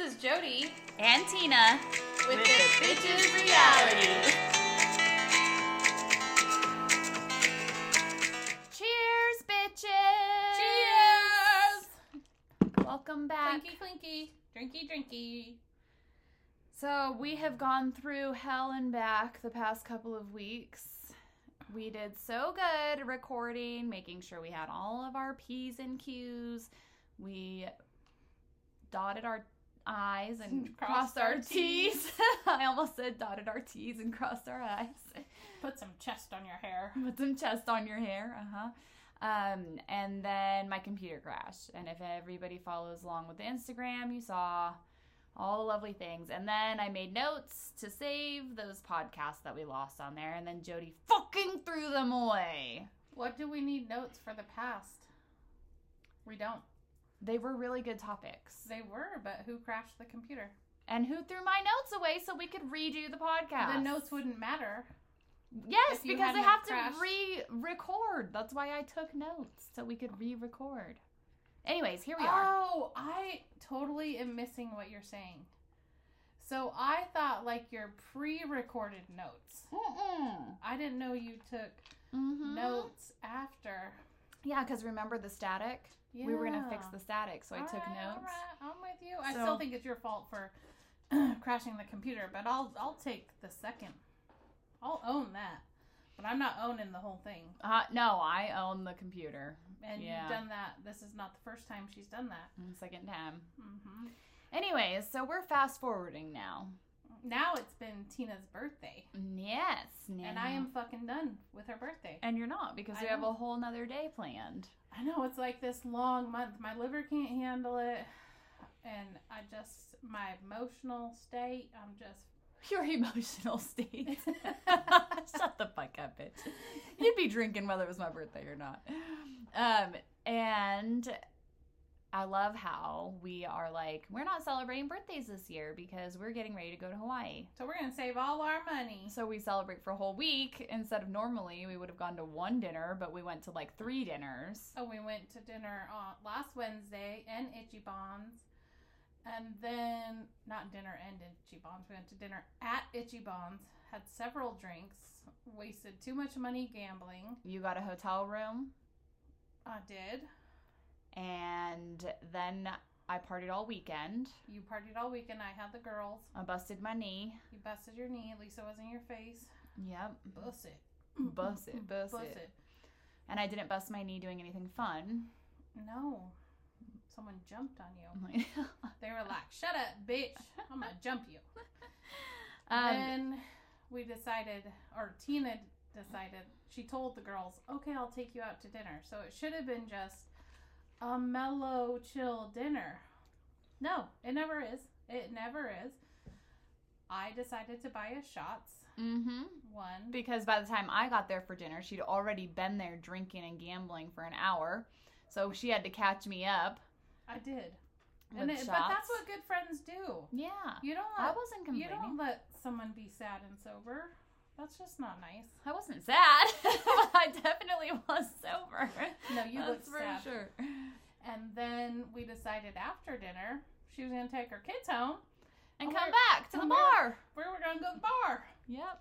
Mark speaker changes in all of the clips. Speaker 1: is Jody
Speaker 2: and Tina.
Speaker 1: with, the Bitches Reality.
Speaker 2: Cheers, bitches!
Speaker 1: Cheers!
Speaker 2: Welcome back.
Speaker 1: Clinky, clinky, drinky, drinky.
Speaker 2: So, we have gone through hell and back the past couple of weeks. We did so good recording, making sure we had all of our P's and Q's. We dotted our I's and crossed, our, T's. I almost said dotted our T's and crossed our I's.
Speaker 1: Put some chest on your hair.
Speaker 2: Put some chest on your hair. Uh huh. Um, and then my computer crashed. And if everybody follows along with the Instagram, you saw all the lovely things. And then I made notes to save those podcasts that we lost on there. And then Jody fucking threw them away.
Speaker 1: What do we need notes for the past? We don't.
Speaker 2: They were really good topics.
Speaker 1: They were, but who crashed the computer?
Speaker 2: And who threw my notes away so we could redo the podcast?
Speaker 1: The notes wouldn't matter.
Speaker 2: Yes,
Speaker 1: if you
Speaker 2: because I
Speaker 1: hadn't
Speaker 2: have
Speaker 1: crashed.
Speaker 2: to re-record. That's why I took notes so we could re-record. Anyways, here we are.
Speaker 1: Oh, I totally am missing what you're saying. So I thought like your pre-recorded notes. I didn't know you took Hmm?
Speaker 2: Mm-hmm.
Speaker 1: notes after.
Speaker 2: Yeah, because remember the static? We were gonna fix
Speaker 1: Yeah.
Speaker 2: the static, so I
Speaker 1: All
Speaker 2: took
Speaker 1: right, all
Speaker 2: notes.
Speaker 1: right, I'm with you. I
Speaker 2: So-
Speaker 1: still think it's your fault for crashing the computer, but I'll I'll take the second. I'll own that, but I'm not owning the whole thing.
Speaker 2: Uh, no, I own the computer.
Speaker 1: And
Speaker 2: Yeah.
Speaker 1: you've done that. This is not the first time she's done that.
Speaker 2: Mm, Second time.
Speaker 1: hmm
Speaker 2: Anyways, so we're fast forwarding now.
Speaker 1: Now it's been Tina's birthday,
Speaker 2: Yes,
Speaker 1: and
Speaker 2: now.
Speaker 1: I am fucking done with her birthday.
Speaker 2: And you're not because
Speaker 1: I
Speaker 2: we have
Speaker 1: know.
Speaker 2: a whole nother day planned.
Speaker 1: I know it's like this long month. My liver can't handle it, and I just my emotional state. I'm just
Speaker 2: Your emotional state. Shut the fuck up, bitch. You'd be drinking whether it was my birthday or not. Um, and I love how we are like, we're not celebrating birthdays this year because we're getting ready to go to Hawaii.
Speaker 1: so we're gonna save all our money.
Speaker 2: So we celebrate for a whole week instead of normally we would have gone to one dinner, but we went to like three dinners.
Speaker 1: So we went to dinner on last Wednesday and Itchy Bonds. And then, not dinner and Itchy Bonds, we went to dinner at Itchy Bonds, had several drinks, wasted too much money gambling.
Speaker 2: You got a hotel room,
Speaker 1: I did.
Speaker 2: and then I partied all weekend.
Speaker 1: You partied all weekend. I had the girls.
Speaker 2: I busted my knee.
Speaker 1: You busted your knee. Lisa was in your face.
Speaker 2: Yep.
Speaker 1: Bust it.
Speaker 2: Bust it, bust
Speaker 1: Bust
Speaker 2: it. And I didn't bust my knee doing anything fun.
Speaker 1: No. Someone jumped on you.
Speaker 2: I'm like,
Speaker 1: They were like, shut up, bitch. I'm going to jump you.
Speaker 2: um,
Speaker 1: then we decided, or Tina decided, she told the girls, okay, I'll take you out to dinner. So it should have been just a mellow, chill dinner. No, it never is. It never is. I decided to buy us shots.
Speaker 2: hmm
Speaker 1: One.
Speaker 2: Because by the time I got there for dinner, she'd already been there drinking and gambling for an hour. So she had to catch me up.
Speaker 1: I did.
Speaker 2: With
Speaker 1: And it,
Speaker 2: shots.
Speaker 1: but that's what good friends do.
Speaker 2: Yeah.
Speaker 1: You don't
Speaker 2: I
Speaker 1: let,
Speaker 2: wasn't
Speaker 1: you
Speaker 2: complaining.
Speaker 1: don't let someone be sad and sober. That's just not nice.
Speaker 2: I wasn't sad. but I definitely was sober.
Speaker 1: No, you
Speaker 2: That's
Speaker 1: look
Speaker 2: for
Speaker 1: sad.
Speaker 2: sure.
Speaker 1: And then we decided after dinner she was gonna take her kids home.
Speaker 2: And
Speaker 1: Oh,
Speaker 2: come
Speaker 1: we're-
Speaker 2: back to the
Speaker 1: oh, we're-
Speaker 2: bar.
Speaker 1: We were gonna go to the bar.
Speaker 2: Yep.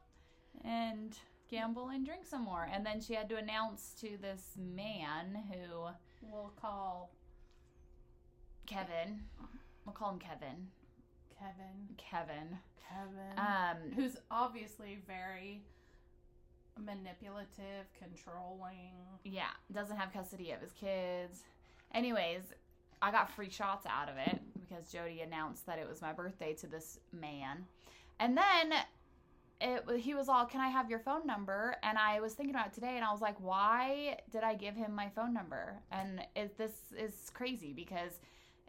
Speaker 2: And gamble and drink some more. And then she had to announce to this man who
Speaker 1: We'll call
Speaker 2: Kevin. We'll call him Kevin.
Speaker 1: Kevin.
Speaker 2: Kevin.
Speaker 1: Kevin,
Speaker 2: Um
Speaker 1: who's obviously very manipulative, controlling.
Speaker 2: yeah, doesn't have custody of his kids. Anyways, I got free shots out of it because Jody announced that it was my birthday to this man. And then it wa- he was all, "Can I have your phone number?" And I was thinking about it today and I was like, "Why did I give him my phone number?" And it, this is crazy because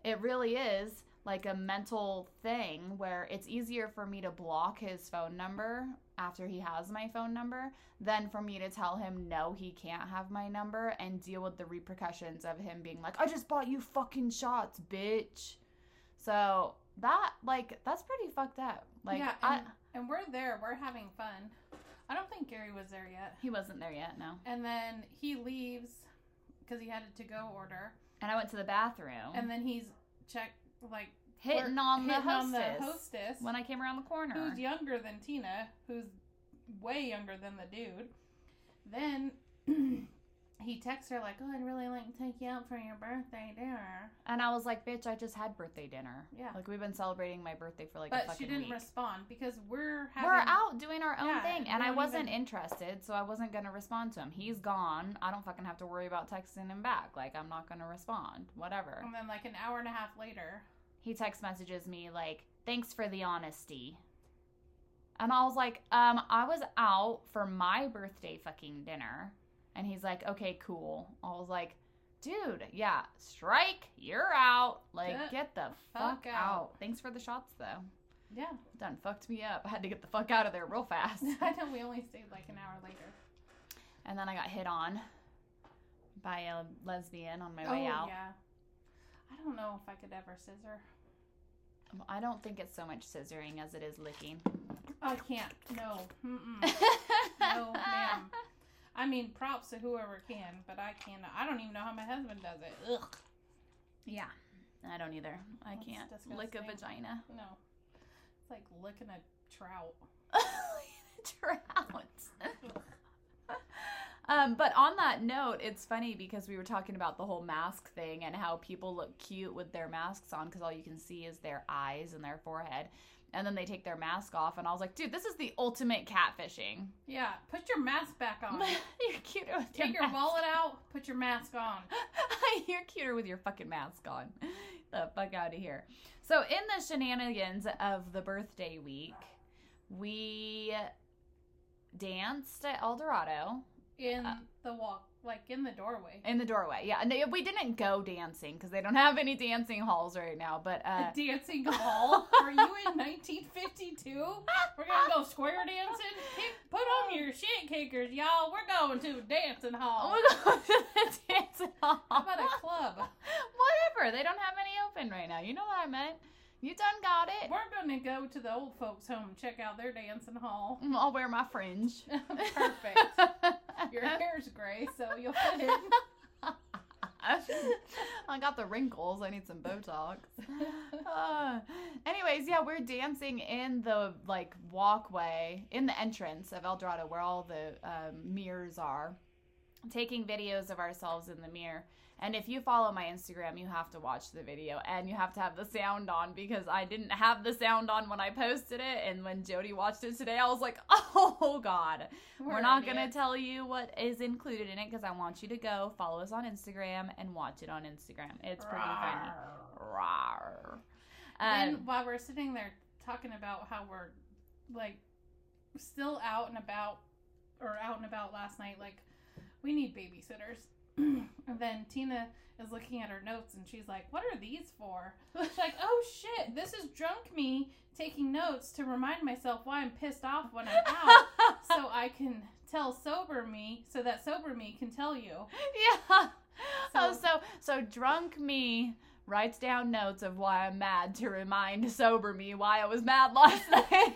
Speaker 2: it really is like a mental thing where it's easier for me to block his phone number after he has my phone number than for me to tell him no he can't have my number and deal with the repercussions of him being like i just bought you fucking shots bitch so that like that's pretty fucked up like
Speaker 1: yeah,
Speaker 2: I,
Speaker 1: and, and we're there. We're having fun. I don't think Gary was there yet.
Speaker 2: he wasn't there yet no
Speaker 1: And then he leaves because he had a to-go order.
Speaker 2: and i went to the bathroom
Speaker 1: And then he's check like
Speaker 2: hitting, on, the
Speaker 1: hitting on the
Speaker 2: hostess
Speaker 1: hostess
Speaker 2: when I came around the corner.
Speaker 1: who's younger than Tina, who's way younger than the dude. Then he texts her like, "Oh, I'd really like to take you out for your birthday dinner."
Speaker 2: and I was like, bitch, I just had birthday dinner.
Speaker 1: Yeah.
Speaker 2: Like we've been celebrating my birthday for like a
Speaker 1: but she
Speaker 2: fucking
Speaker 1: didn't
Speaker 2: week.
Speaker 1: respond because we're having
Speaker 2: We're out doing our own
Speaker 1: Yeah,
Speaker 2: thing,
Speaker 1: we
Speaker 2: and I
Speaker 1: don't
Speaker 2: wasn't
Speaker 1: even-
Speaker 2: interested, so I wasn't gonna respond to him. He's gone. I don't fucking have to worry about texting him back. Like I'm not gonna respond. Whatever.
Speaker 1: And then like an hour and a half later,
Speaker 2: he text messages me like, "Thanks for the honesty." And I was like, "Um, I was out for my birthday fucking dinner." And he's like, "Okay, cool." I was like, "Dude, yeah, strike. You're out. Like,
Speaker 1: Get
Speaker 2: get the fuck,
Speaker 1: fuck
Speaker 2: out.
Speaker 1: out.
Speaker 2: Thanks for the shots though.
Speaker 1: yeah,
Speaker 2: Done fucked me up. I had to get the fuck out of there real fast."
Speaker 1: I know we only stayed like an hour later.
Speaker 2: and then I got hit on by a lesbian on my way
Speaker 1: oh
Speaker 2: out.
Speaker 1: yeah, I don't know if I could ever scissor.
Speaker 2: I don't think it's so much scissoring as it is licking.
Speaker 1: I can't. No. Mm-mm. No, ma'am. I mean, props to whoever can, but I can't. I don't even know how my husband does it. Ugh.
Speaker 2: Yeah. I don't either. I
Speaker 1: That's
Speaker 2: can't lick a
Speaker 1: disgusting.
Speaker 2: vagina.
Speaker 1: No. It's like licking a trout.
Speaker 2: Trout. um, but on that note, it's funny because we were talking about the whole mask thing and how people look cute with their masks on because all you can see is their eyes and their forehead. And then they take their mask off, and I was like, dude, this is the ultimate catfishing.
Speaker 1: Yeah, put your mask back on.
Speaker 2: You're cuter with
Speaker 1: Take your
Speaker 2: mask.
Speaker 1: wallet out, put your mask on.
Speaker 2: You're cuter with your fucking mask on. The fuck out of here. So, in the shenanigans of the birthday week, we danced at El Dorado
Speaker 1: In
Speaker 2: Uh.
Speaker 1: the walk, like in the doorway.
Speaker 2: in the doorway. Yeah, no, we didn't go dancing because they don't have any dancing halls right now. But uh,
Speaker 1: a dancing hall? Are you in 1952? We're gonna go square dancing? Kick, put on your shit kickers, y'all. We're going to a dancing hall.
Speaker 2: we'll go to oh the dancing hall.
Speaker 1: How about a club?
Speaker 2: Whatever. They don't have any open right now. You know what I meant. You done got it.
Speaker 1: We're gonna go to the old folks' home and check out their dancing hall.
Speaker 2: I'll wear my fringe.
Speaker 1: Perfect. Your hair's gray, so you'll fit in.
Speaker 2: I got the wrinkles. I need some Botox. Uh, anyways, yeah, we're dancing in the like walkway in the entrance of El Dorado where all the um, mirrors are, taking videos of ourselves in the mirror. And if you follow my Instagram, you have to watch the video and you have to have the sound on because I didn't have the sound on when I posted it. And when Jody watched it today, I was like, oh God. We're, not going to
Speaker 1: idiots.
Speaker 2: tell you what is included in it because I want you to go follow us on Instagram and watch it on Instagram. It's pretty funny.
Speaker 1: Rawr.
Speaker 2: Rawr. Um,
Speaker 1: And while we're sitting there talking about how we're like still out and about or out and about last night, like we need babysitters. and then Tina is looking at her notes and she's like, What are these for? She's like, Oh shit, this is drunk me taking notes to remind myself why I'm pissed off when I'm out so I can tell sober me so that sober me can tell you.
Speaker 2: yeah. oh,
Speaker 1: So-
Speaker 2: so so drunk me writes down notes of why I'm mad to remind sober me why I was mad last night.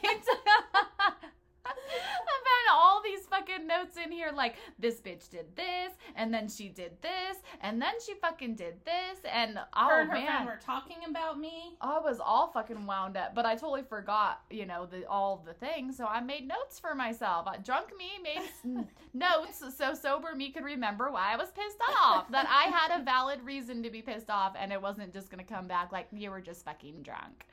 Speaker 2: I've had all these fucking notes in here like this bitch did this and then she did this and then she fucking did this and oh
Speaker 1: her and her
Speaker 2: man. Oh,
Speaker 1: friend were talking about me.
Speaker 2: I was all fucking wound up, but I totally forgot, you know, the all the things. So I made notes for myself. Uh, Drunk me made s- notes so sober me could remember why I was pissed off. That I had a valid reason to be pissed off, and it wasn't just gonna come back like you were just fucking drunk,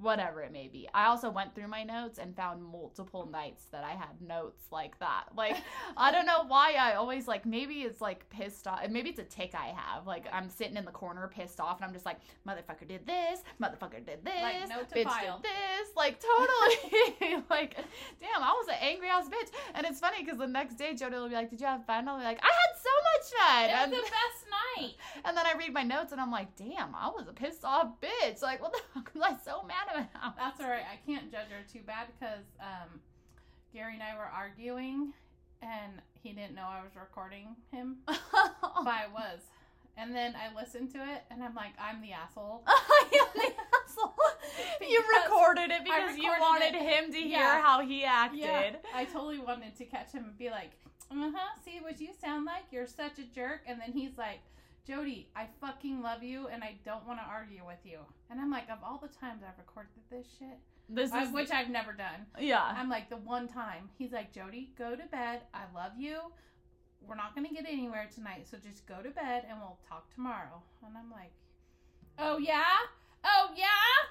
Speaker 2: whatever it may be. I also went through my notes and found multiple nights that I had notes like that. Like I don't know why I always like maybe it's like pissed off. Maybe it's a tick I have. Like I'm sitting in the corner pissed off and I'm just like, motherfucker did this, motherfucker did this,
Speaker 1: Like, note to
Speaker 2: bitch
Speaker 1: file.
Speaker 2: did this. Like totally. like damn, I was an angry ass bitch. And it's funny because the next day Jody will be like, did you have fun? I'll be like, I had so much fun.
Speaker 1: It was
Speaker 2: And,
Speaker 1: the best night.
Speaker 2: and then I read my notes and I'm like, damn, I was a pissed off bitch. Like what the fuck was I so mad about?
Speaker 1: That's all right. I can't judge her too bad because um, Gary and I were arguing, and he didn't know I was recording him,
Speaker 2: Oh.
Speaker 1: but I was. And then I listened to it, and I'm like, I'm the asshole.
Speaker 2: I am the asshole. you
Speaker 1: Because
Speaker 2: recorded it because you
Speaker 1: recorded
Speaker 2: wanted
Speaker 1: it.
Speaker 2: him to hear
Speaker 1: Yeah.
Speaker 2: how he acted.
Speaker 1: Yeah, I totally "Uh-huh, wanted to catch him and be like, uh huh. See what you sound like? You're such a jerk. And then he's like, Jody, I fucking love you and I don't want to argue with you. And I'm like, of all the times I've recorded this shit,
Speaker 2: This
Speaker 1: I-
Speaker 2: is
Speaker 1: which I've never done,
Speaker 2: yeah.
Speaker 1: I'm like, the one time. He's like, Jody, go to bed. I love you. We're not going to get anywhere tonight, so just go to bed and we'll talk tomorrow. And I'm like, oh yeah? Oh yeah?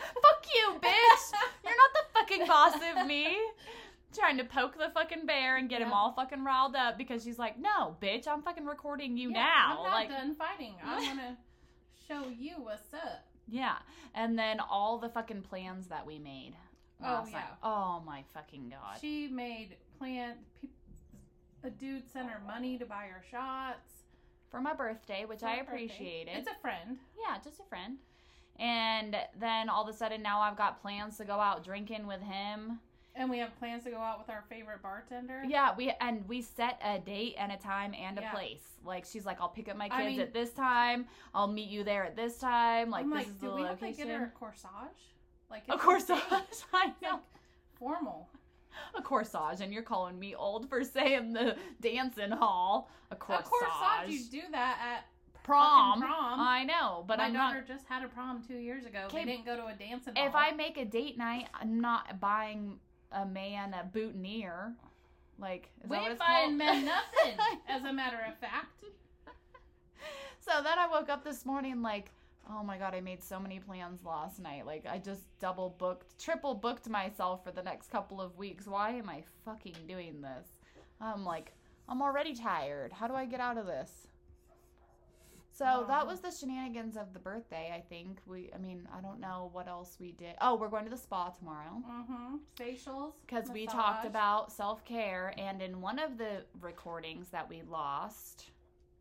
Speaker 2: Fuck you, bitch. You're not the fucking boss of me. Trying to poke the fucking bear and get him
Speaker 1: Yeah.
Speaker 2: all fucking riled up because she's like, no, bitch, I'm fucking recording you
Speaker 1: Yeah,
Speaker 2: now.
Speaker 1: I'm not
Speaker 2: like,
Speaker 1: done fighting. I want to show you what's up.
Speaker 2: yeah. And then all the fucking plans that we made.
Speaker 1: Oh,
Speaker 2: last night.
Speaker 1: yeah.
Speaker 2: Oh my fucking god.
Speaker 1: She made plant. pe- A dude sent her money to buy her shots.
Speaker 2: For my birthday, which
Speaker 1: for
Speaker 2: I
Speaker 1: her birthday.
Speaker 2: appreciated.
Speaker 1: It's a friend.
Speaker 2: Yeah, just a friend. And then all of a sudden now I've got plans to go out drinking with him.
Speaker 1: And we have plans to go out with our favorite bartender.
Speaker 2: Yeah, we and we set a date and a time and a
Speaker 1: Yeah.
Speaker 2: place. Like she's like, I'll pick up my kids
Speaker 1: I mean-
Speaker 2: at this time. I'll meet you there at this time. Like
Speaker 1: I'm
Speaker 2: this
Speaker 1: like,
Speaker 2: is
Speaker 1: do
Speaker 2: the
Speaker 1: we have to
Speaker 2: location.
Speaker 1: get her a corsage? Like,
Speaker 2: a
Speaker 1: it's
Speaker 2: corsage, I
Speaker 1: It's
Speaker 2: know.
Speaker 1: like formal.
Speaker 2: A corsage, and you're calling me old for saying the dancing hall. A corsage.
Speaker 1: A corsage, you do that at
Speaker 2: prom.
Speaker 1: fucking prom.
Speaker 2: I know, but
Speaker 1: My
Speaker 2: I'm not.
Speaker 1: daughter just had a prom two years ago.
Speaker 2: Okay,
Speaker 1: They didn't go to a dancing.
Speaker 2: If
Speaker 1: hall.
Speaker 2: I make a date night, I'm not buying a man a boutonniere. Like is
Speaker 1: we
Speaker 2: that what it's
Speaker 1: find
Speaker 2: called?
Speaker 1: men nothing. as a matter of fact,
Speaker 2: So then I woke up this morning like, oh my god, I made so many plans last night. Like I just double booked, triple booked myself for the next couple of weeks. Why am I fucking doing this? I'm like, I'm already tired. How do I get out of this? So that
Speaker 1: Aw.
Speaker 2: was the shenanigans of the birthday, I think. We I mean, I don't know what else we did. Oh, we're going to the spa tomorrow.
Speaker 1: mm-hmm. facials
Speaker 2: Because we talked
Speaker 1: massage.
Speaker 2: about self care, and in one of the recordings that we lost,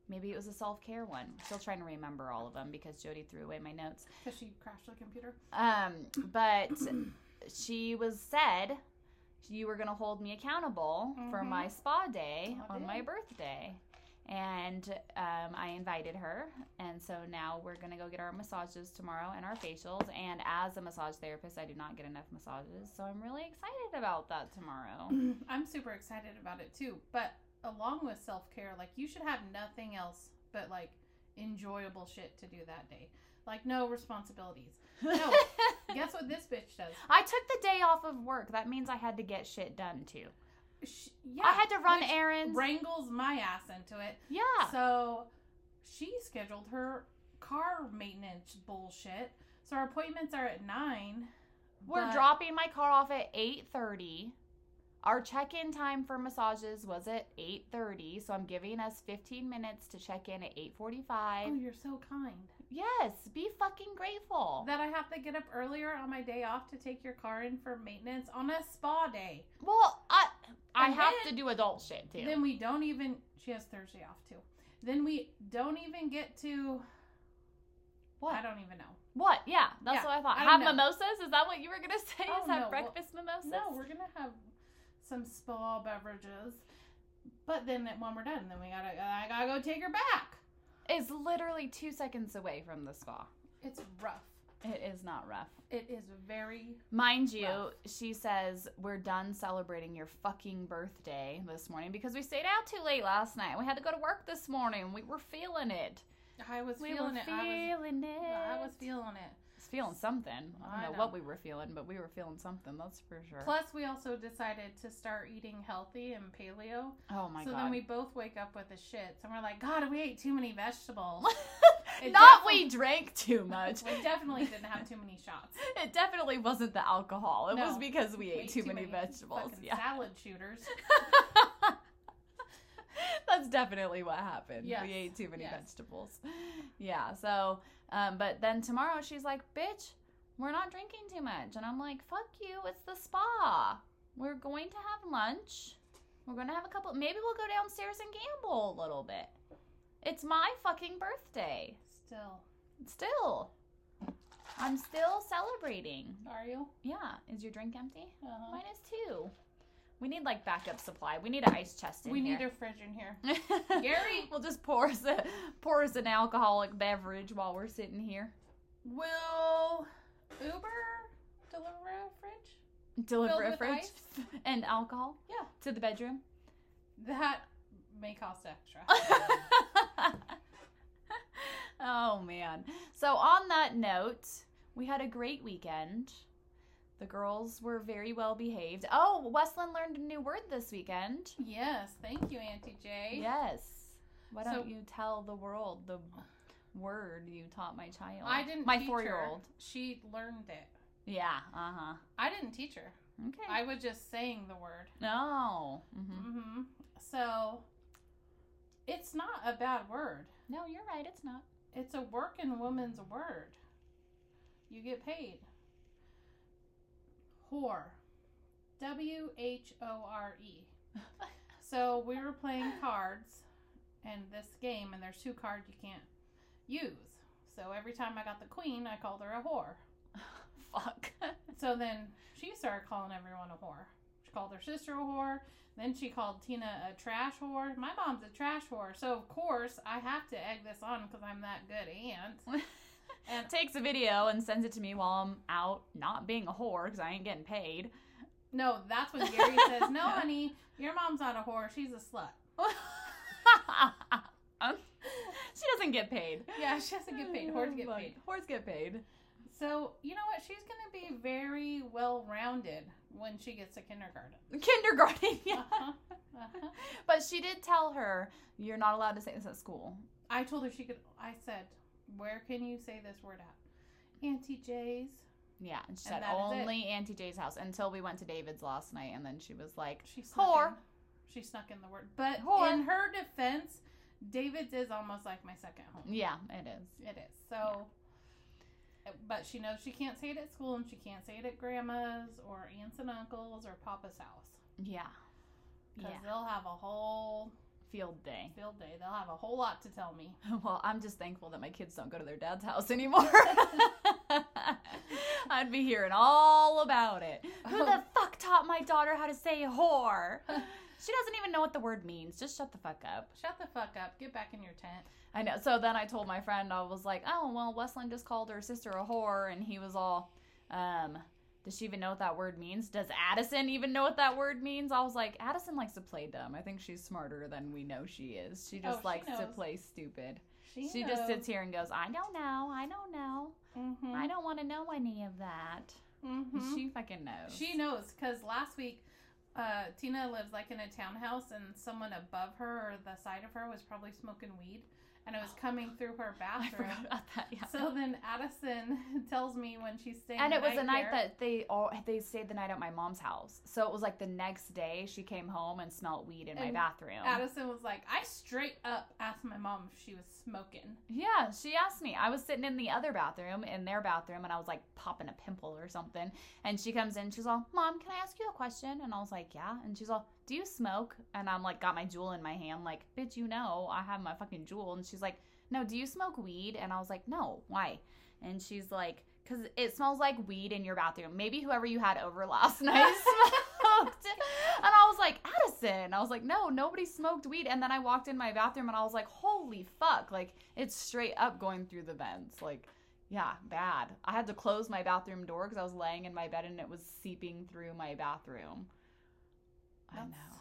Speaker 2: maybe it was a self care one. I'm still trying to remember all of them because Jody threw away my notes.
Speaker 1: because she crashed the computer.
Speaker 2: Um, but she was said you were going to hold me accountable for
Speaker 1: Mhm.
Speaker 2: my spa day
Speaker 1: I
Speaker 2: on my
Speaker 1: Oh, did.
Speaker 2: birthday. And um, I invited her. And so now we're going to go get our massages tomorrow and our facials. And as a massage therapist, I do not get enough massages. So I'm really excited about that tomorrow.
Speaker 1: I'm super excited about it too. But along with self care, like you should have nothing else but like enjoyable shit to do that day. Like no responsibilities. No. Guess what this bitch does?
Speaker 2: I took the day off of work. That means I had to get shit done too.
Speaker 1: She, yeah,
Speaker 2: I had to run
Speaker 1: which
Speaker 2: errands.
Speaker 1: wrangles my ass into it.
Speaker 2: yeah.
Speaker 1: So she scheduled her car maintenance bullshit. So our appointments are at nine.
Speaker 2: We're
Speaker 1: but-
Speaker 2: dropping my car off at 8:30. Our check-in time for massages was at 8:30, so I'm giving us 15 minutes to check in at 8:45.
Speaker 1: Oh, you're so kind.
Speaker 2: Yes, be fucking grateful.
Speaker 1: That I have to get up earlier on my day off to take your car in for maintenance on a spa day.
Speaker 2: well, I I
Speaker 1: And
Speaker 2: have
Speaker 1: then-
Speaker 2: to do adult shit too.
Speaker 1: Then we don't even. She has Thursday off too. Then we don't even get to.
Speaker 2: what?
Speaker 1: I don't even know.
Speaker 2: what? Yeah, that's
Speaker 1: Yeah,
Speaker 2: what I thought.
Speaker 1: I
Speaker 2: have
Speaker 1: don't know.
Speaker 2: mimosas? Is that what you were gonna say?
Speaker 1: Oh,
Speaker 2: Is have
Speaker 1: no, well,
Speaker 2: breakfast mimosas?
Speaker 1: No, we're gonna have some spa beverages, but then when we're done, then we gotta. I gotta go take her back.
Speaker 2: it's literally two seconds away from the spa.
Speaker 1: It's rough.
Speaker 2: It is not rough.
Speaker 1: It is very.
Speaker 2: Mind you,
Speaker 1: Rough.
Speaker 2: she says, We're done celebrating your fucking birthday this morning because we stayed out too late last night. We had to go to work this morning. We were feeling it.
Speaker 1: I was
Speaker 2: We
Speaker 1: feeling
Speaker 2: were
Speaker 1: it. I was.
Speaker 2: feeling it.
Speaker 1: I was feeling it.
Speaker 2: It's feeling something. I
Speaker 1: I
Speaker 2: don't know
Speaker 1: know.
Speaker 2: what we were feeling, but we were feeling something, that's for sure.
Speaker 1: Plus, we also decided to start eating healthy and paleo.
Speaker 2: oh my
Speaker 1: so
Speaker 2: god.
Speaker 1: then we both wake up with the shits, and we're like, God, we ate too many vegetables. It
Speaker 2: Not
Speaker 1: definitely-
Speaker 2: we drank too much.
Speaker 1: we definitely didn't have too many shots.
Speaker 2: It definitely wasn't the alcohol. It
Speaker 1: No.
Speaker 2: was because we
Speaker 1: Way
Speaker 2: ate too, many, vegetables.
Speaker 1: fucking
Speaker 2: Yeah.
Speaker 1: Salad shooters.
Speaker 2: That's definitely what happened.
Speaker 1: Yes.
Speaker 2: We ate too many
Speaker 1: Yes.
Speaker 2: vegetables. Yeah. So, um, but then tomorrow she's like, bitch, we're not drinking too much. And I'm like, fuck you. It's the spa. We're going to have lunch. We're going to have a couple. Maybe we'll go downstairs and gamble a little bit. It's my fucking birthday.
Speaker 1: Still,
Speaker 2: Still. I'm still celebrating.
Speaker 1: are you?
Speaker 2: Yeah. Is your drink empty?
Speaker 1: Uh-huh.
Speaker 2: Mine is too. We need like backup supply. We need an ice chest in
Speaker 1: We
Speaker 2: here.
Speaker 1: need a fridge in here.
Speaker 2: Gary will just pour us a, pour us an alcoholic beverage while we're sitting here.
Speaker 1: Will Uber deliver a fridge?
Speaker 2: Deliver
Speaker 1: Filled
Speaker 2: a
Speaker 1: with
Speaker 2: fridge
Speaker 1: ice?
Speaker 2: and alcohol.
Speaker 1: Yeah.
Speaker 2: To the bedroom.
Speaker 1: That may cost extra.
Speaker 2: Oh man. So on that note, we had a great weekend. The girls were very well behaved. Oh, Westland learned a new word this weekend.
Speaker 1: Yes, thank you, Auntie J.
Speaker 2: Yes. Why
Speaker 1: So-
Speaker 2: don't you tell the world the word you taught my child?
Speaker 1: I didn't.
Speaker 2: My
Speaker 1: teach her.
Speaker 2: four-year-old.
Speaker 1: She learned it.
Speaker 2: Yeah. Uh huh.
Speaker 1: I didn't teach her.
Speaker 2: Okay.
Speaker 1: I was just saying the word.
Speaker 2: no. hmm
Speaker 1: hmm So it's not a bad word.
Speaker 2: No, you're right. It's not.
Speaker 1: It's a working woman's word. You get paid. Whore. W H O R E. So we were playing cards and this game, and there's two cards you can't use. So every time I got the queen, I called her a whore.
Speaker 2: Fuck.
Speaker 1: So then she started calling everyone a whore. She called her sister a whore. Then she called Tina a trash whore. My mom's a trash whore. So, of course, I have to egg this on because I'm that good aunt. And
Speaker 2: Takes a video and sends it to me while I'm out, not being a whore because I ain't getting paid.
Speaker 1: no, that's when Gary says, No, honey, your mom's not a whore. She's a slut.
Speaker 2: she doesn't get paid.
Speaker 1: Yeah, she doesn't get paid. Whores get
Speaker 2: Like,
Speaker 1: paid.
Speaker 2: Whores get paid.
Speaker 1: Oh So, you know what? She's going to be very well rounded when she gets to kindergarten.
Speaker 2: Kindergarten. Yeah.
Speaker 1: Uh-huh. Uh-huh.
Speaker 2: But she did tell her you're not allowed to say this at school.
Speaker 1: I told her she could. I said, Where can you say this word at? Auntie J's.
Speaker 2: Yeah, and she
Speaker 1: And
Speaker 2: said
Speaker 1: that is it.
Speaker 2: only Auntie Jay's house until we went to David's last night, and then she was like,
Speaker 1: She snuck
Speaker 2: Whore.
Speaker 1: In, she snuck in the word. But
Speaker 2: Whore.
Speaker 1: in her defense, David's is almost like my second home.
Speaker 2: "Yeah, it is."
Speaker 1: It is. So but she knows she can't say it at school and she can't say it at grandma's or aunts and uncles or papa's house.
Speaker 2: Yeah,
Speaker 1: Because
Speaker 2: yeah.
Speaker 1: they'll have a whole
Speaker 2: Field day.
Speaker 1: field day. They'll have a whole lot to tell me.
Speaker 2: Well, I'm just thankful that my kids don't go to their dad's house anymore. I'd be hearing all about it. Who the fuck taught my daughter how to say whore? She doesn't even know what the word means. Just shut the fuck up.
Speaker 1: Shut the fuck up. Get back in your tent.
Speaker 2: I know. So then I told my friend, I was like, oh, well, Westland just called her sister a whore. And he was all, um, does she even know what that word means? Does Addison even know what that word means? I was like, Addison likes to play dumb. I think she's smarter than we know she is. She just
Speaker 1: Oh, she
Speaker 2: likes to
Speaker 1: knows.
Speaker 2: play stupid.
Speaker 1: She,
Speaker 2: She just sits here and goes, I don't know. I don't know.
Speaker 1: Mm-hmm.
Speaker 2: I don't want to know any of that.
Speaker 1: mm-hmm.
Speaker 2: She fucking knows.
Speaker 1: She knows because last week, uh, Tina lives like in a townhouse, and someone above her or the side of her was probably smoking weed, and it was coming through her
Speaker 2: Oh, I
Speaker 1: bathroom.
Speaker 2: forgot about that. Yeah.
Speaker 1: So then Addison tells me when she's staying,
Speaker 2: and
Speaker 1: the
Speaker 2: it was a night
Speaker 1: here-
Speaker 2: that they all they stayed the night at my mom's house. So it was like the next day she came home and smelt weed in my
Speaker 1: And
Speaker 2: bathroom.
Speaker 1: Addison was like, I straight up asked my mom if she was smoking.
Speaker 2: yeah, she asked me. I was sitting in the other bathroom, in their bathroom, and I was like popping a pimple or something. And she comes in, she's all, "Mom, can I ask you a question?" And I was like, "Yeah." And she's all, "Do you smoke?" And I'm like, got my jewel in my hand, like, "Bitch, you know I have my fucking jewel." And she's like, "No, do you smoke weed?" And I was like, "No, why?" And she's like, "Cause it smells like weed in your bathroom. Maybe whoever you had over last night smoked." And I was like, "Addison," I was like, "No, nobody smoked weed." And then I walked in my bathroom and I was like, "Holy fuck!" Like it's straight up going through the vents, like. Yeah, bad. I had to close my bathroom door because I was laying in my bed and it was seeping through my bathroom. I
Speaker 1: That's-
Speaker 2: know.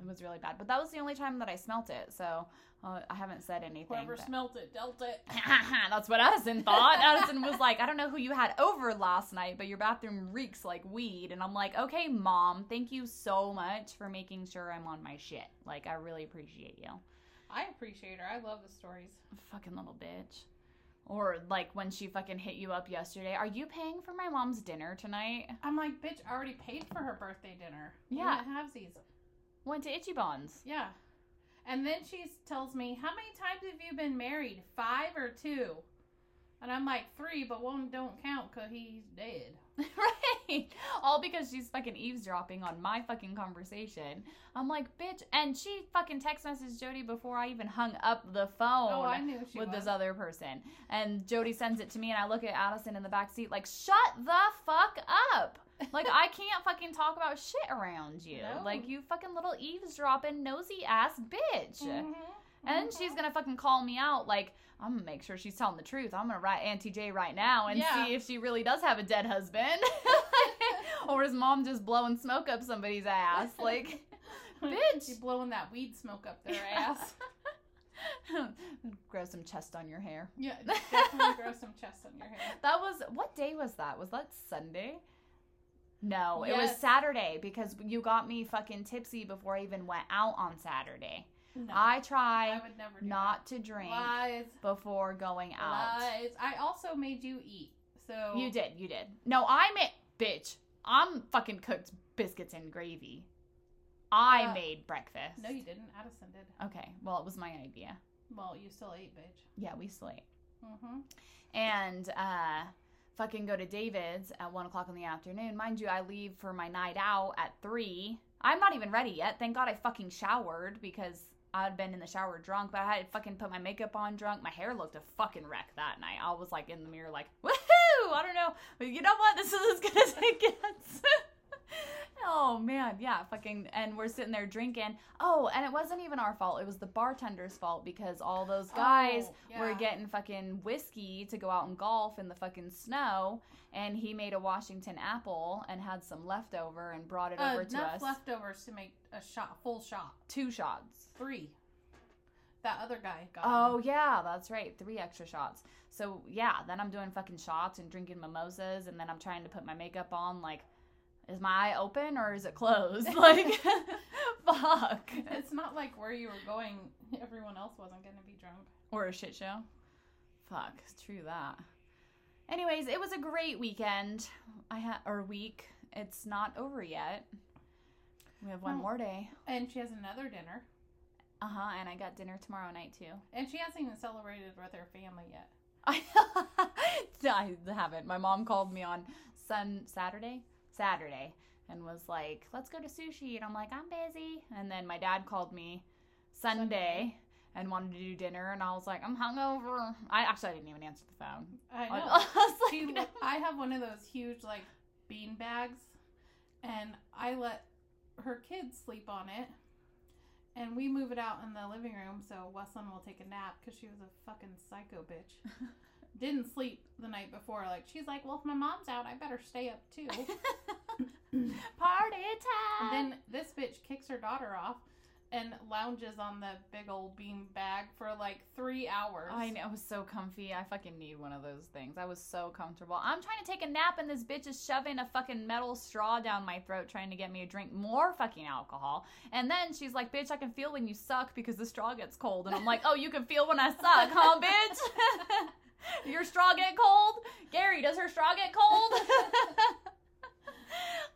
Speaker 2: It was really bad. But that was the only time that I smelt it. So uh, I haven't said anything.
Speaker 1: Whoever
Speaker 2: but-
Speaker 1: smelt it dealt it.
Speaker 2: That's what Addison thought. Addison was like, I don't know who you had over last night, but your bathroom reeks like weed. And I'm like, okay, mom, thank you so much for making sure I'm on my shit. Like, I really appreciate you.
Speaker 1: I appreciate her. I love the stories.
Speaker 2: Fucking little bitch. Or like when she fucking hit you up yesterday. Are you paying for my mom's dinner tonight?
Speaker 1: I'm like, bitch, I already paid for her birthday dinner.
Speaker 2: Yeah.
Speaker 1: We didn't have these.
Speaker 2: Went to Ichiban's.
Speaker 1: Yeah. And then she tells me, How many times have you been married? Five or two? And I'm like, Three, but one don't count because he's dead.
Speaker 2: right. All because she's fucking eavesdropping on my fucking conversation. I'm like, bitch. And she fucking text messaged Jody before I even hung up the phone.
Speaker 1: Oh, I knew she
Speaker 2: with
Speaker 1: was.
Speaker 2: this other person. And Jody sends it to me, and I look at Addison in the back seat, like, shut the fuck up. Like, I can't fucking talk about shit around you.
Speaker 1: No.
Speaker 2: Like, you fucking little eavesdropping, nosy ass bitch.
Speaker 1: Mhm.
Speaker 2: And
Speaker 1: Mhm.
Speaker 2: she's gonna fucking call me out. Like, I'm gonna make sure she's telling the truth. I'm gonna write Auntie J right now and
Speaker 1: Yeah.
Speaker 2: see if she really does have a dead husband. or is mom just blowing smoke up somebody's ass? Like, bitch.
Speaker 1: She blowing that weed smoke up their ass.
Speaker 2: Grow some chest on your hair.
Speaker 1: Yeah, definitely grow some chest on your hair.
Speaker 2: That was what day was that? Was that Sunday? No, it was
Speaker 1: Yes.
Speaker 2: Saturday because you got me fucking tipsy before I even went out on Saturday.
Speaker 1: No, I,
Speaker 2: I try
Speaker 1: would never do
Speaker 2: not to
Speaker 1: that.
Speaker 2: drink
Speaker 1: lies.
Speaker 2: before going out.
Speaker 1: Lies. I also made you eat. So
Speaker 2: You did, you did. No, I made bitch. I'm fucking cooked biscuits and gravy. I
Speaker 1: Uh,
Speaker 2: made breakfast.
Speaker 1: No, you didn't. Addison did.
Speaker 2: Okay, well it was my idea.
Speaker 1: Well, you still ate, bitch.
Speaker 2: Yeah, we sleep.
Speaker 1: Mm-hmm.
Speaker 2: and uh, fucking go to David's at one o'clock in the afternoon. Mind you, I leave for my night out at three. I'm not even ready yet. Thank God I fucking showered because I'd been in the shower drunk, but I had fucking put my makeup on drunk. My hair looked a fucking wreck that night. I was like in the mirror, like, woohoo! I don't know. But you know what? This is as good as it gets. oh man, yeah, fucking. And we're sitting there drinking. Oh, and it wasn't even our fault. It was the bartender's fault because all those guys
Speaker 1: Oh,
Speaker 2: we're
Speaker 1: yeah.
Speaker 2: getting fucking whiskey to go out and golf in the fucking snow, and he made a Washington apple and had some leftover and brought it over to
Speaker 1: enough
Speaker 2: us.
Speaker 1: leftovers to make a shot, full shot,
Speaker 2: Two shots.
Speaker 1: three. That other guy got.
Speaker 2: Oh yeah, that's right. Three extra shots. So yeah, then I'm doing fucking shots and drinking mimosas, and then I'm trying to put my makeup on. Like, is my eye open or is it closed? Like, fuck.
Speaker 1: It's not like where you were going. Everyone else wasn't going to be drunk.
Speaker 2: Or a shit show. Fuck, it's true that. Anyways, it was a great weekend. I had or week. It's not over yet. We have one
Speaker 1: No.
Speaker 2: more day.
Speaker 1: And she has another dinner,
Speaker 2: Uh huh. And I got dinner tomorrow night too.
Speaker 1: and she hasn't even celebrated with her family yet.
Speaker 2: I, haven't. My mom called me on Sun Saturday, Saturday, and was like, "Let's go to sushi." And I'm like, "I'm busy." And then my dad called me Sunday,
Speaker 1: Sunday.
Speaker 2: and wanted to do dinner, and I was like, "I'm hungover." I actually I didn't even answer the phone.
Speaker 1: I
Speaker 2: I,
Speaker 1: know.
Speaker 2: was like,
Speaker 1: she,
Speaker 2: "No."
Speaker 1: I have one of those huge like bean bags, and I let her kids sleep on it, and we move it out in the living room so Wesson will take a nap because she was a fucking psycho bitch. Didn't sleep the night before. Like she's like, well, if my mom's out, I better stay up too.
Speaker 2: Party
Speaker 1: and
Speaker 2: time.
Speaker 1: then this bitch kicks her daughter off. And lounges on the big old bean bag for like three hours.
Speaker 2: I know, it was so comfy. I fucking need one of those things. I was so comfortable. I'm trying to take a nap and this bitch is shoving a fucking metal straw down my throat trying to get me to drink more fucking alcohol. And then she's like, "Bitch, I can feel when you suck because the straw gets cold." And I'm like, "Oh, you can feel when I suck, huh, bitch?" Your straw get cold? Gary, does her straw get cold?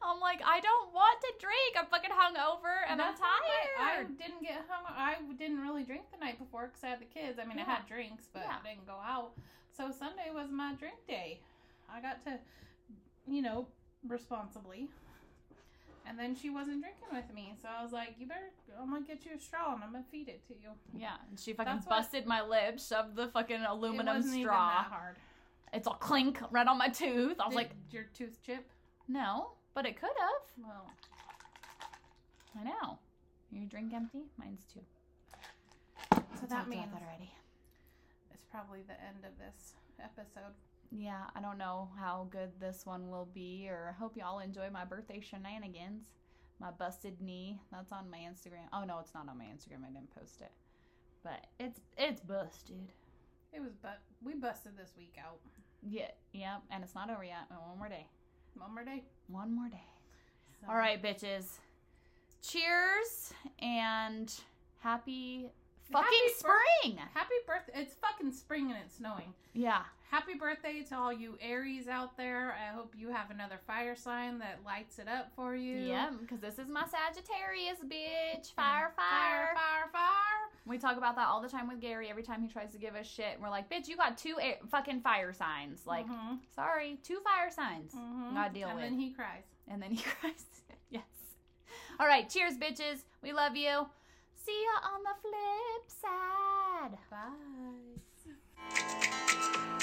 Speaker 2: I'm like, I don't want to drink. I'm fucking hungover and I'm
Speaker 1: That's not my-
Speaker 2: tired.
Speaker 1: I didn't get hung. I didn't really drink the night before because I had the kids. I mean, I
Speaker 2: Yeah.
Speaker 1: had drinks, but
Speaker 2: Yeah.
Speaker 1: I didn't go out. So Sunday was my drink day. I got to, you know, responsibly. And then she wasn't drinking with me, so I was like, "You better. I'm gonna get you a straw and I'm gonna feed it to you."
Speaker 2: Yeah, and she fucking
Speaker 1: That's what-
Speaker 2: busted my lip, shoved the fucking
Speaker 1: it
Speaker 2: aluminum
Speaker 1: wasn't even
Speaker 2: straw.
Speaker 1: that hard.
Speaker 2: It's all clink right on my tooth. I was
Speaker 1: Did
Speaker 2: like,
Speaker 1: "Your tooth chip."
Speaker 2: no, but it could have.
Speaker 1: Well,
Speaker 2: I know. Your drink empty? Mine's too.
Speaker 1: so
Speaker 2: I'll
Speaker 1: that
Speaker 2: drop
Speaker 1: means
Speaker 2: that already.
Speaker 1: it's probably the end of this episode.
Speaker 2: Yeah, I don't know how good this one will be, or I hope y'all enjoy my birthday shenanigans. My busted knee. That's on my Instagram. Oh no, it's not on my Instagram. I didn't post it. But it's it's busted.
Speaker 1: It was, but we busted this week out.
Speaker 2: Yeah, yeah, and it's not over yet. One more day.
Speaker 1: One more day.
Speaker 2: One more day.
Speaker 1: So-
Speaker 2: All right, bitches. Cheers and happy fucking
Speaker 1: Happy
Speaker 2: spring.
Speaker 1: Happy birthday. It's fucking spring and it's snowing.
Speaker 2: yeah.
Speaker 1: Happy birthday to all you Aries out there. I hope you have another fire sign that lights it up for you.
Speaker 2: Yeah, because this is my Sagittarius, bitch.
Speaker 1: Fire, fire,
Speaker 2: Fire, fire.
Speaker 1: fire, fire.
Speaker 2: We talk about that all the time with Gary. Every time he tries to give us shit, we're like, bitch, you got two air- fucking fire signs. Like,
Speaker 1: Mhm,
Speaker 2: sorry, two fire signs.
Speaker 1: mhm.
Speaker 2: gotta deal
Speaker 1: and
Speaker 2: with.
Speaker 1: then he cries.
Speaker 2: And then he cries. yes. All right, cheers, bitches. We love you. See ya on the flip side.
Speaker 1: Bye.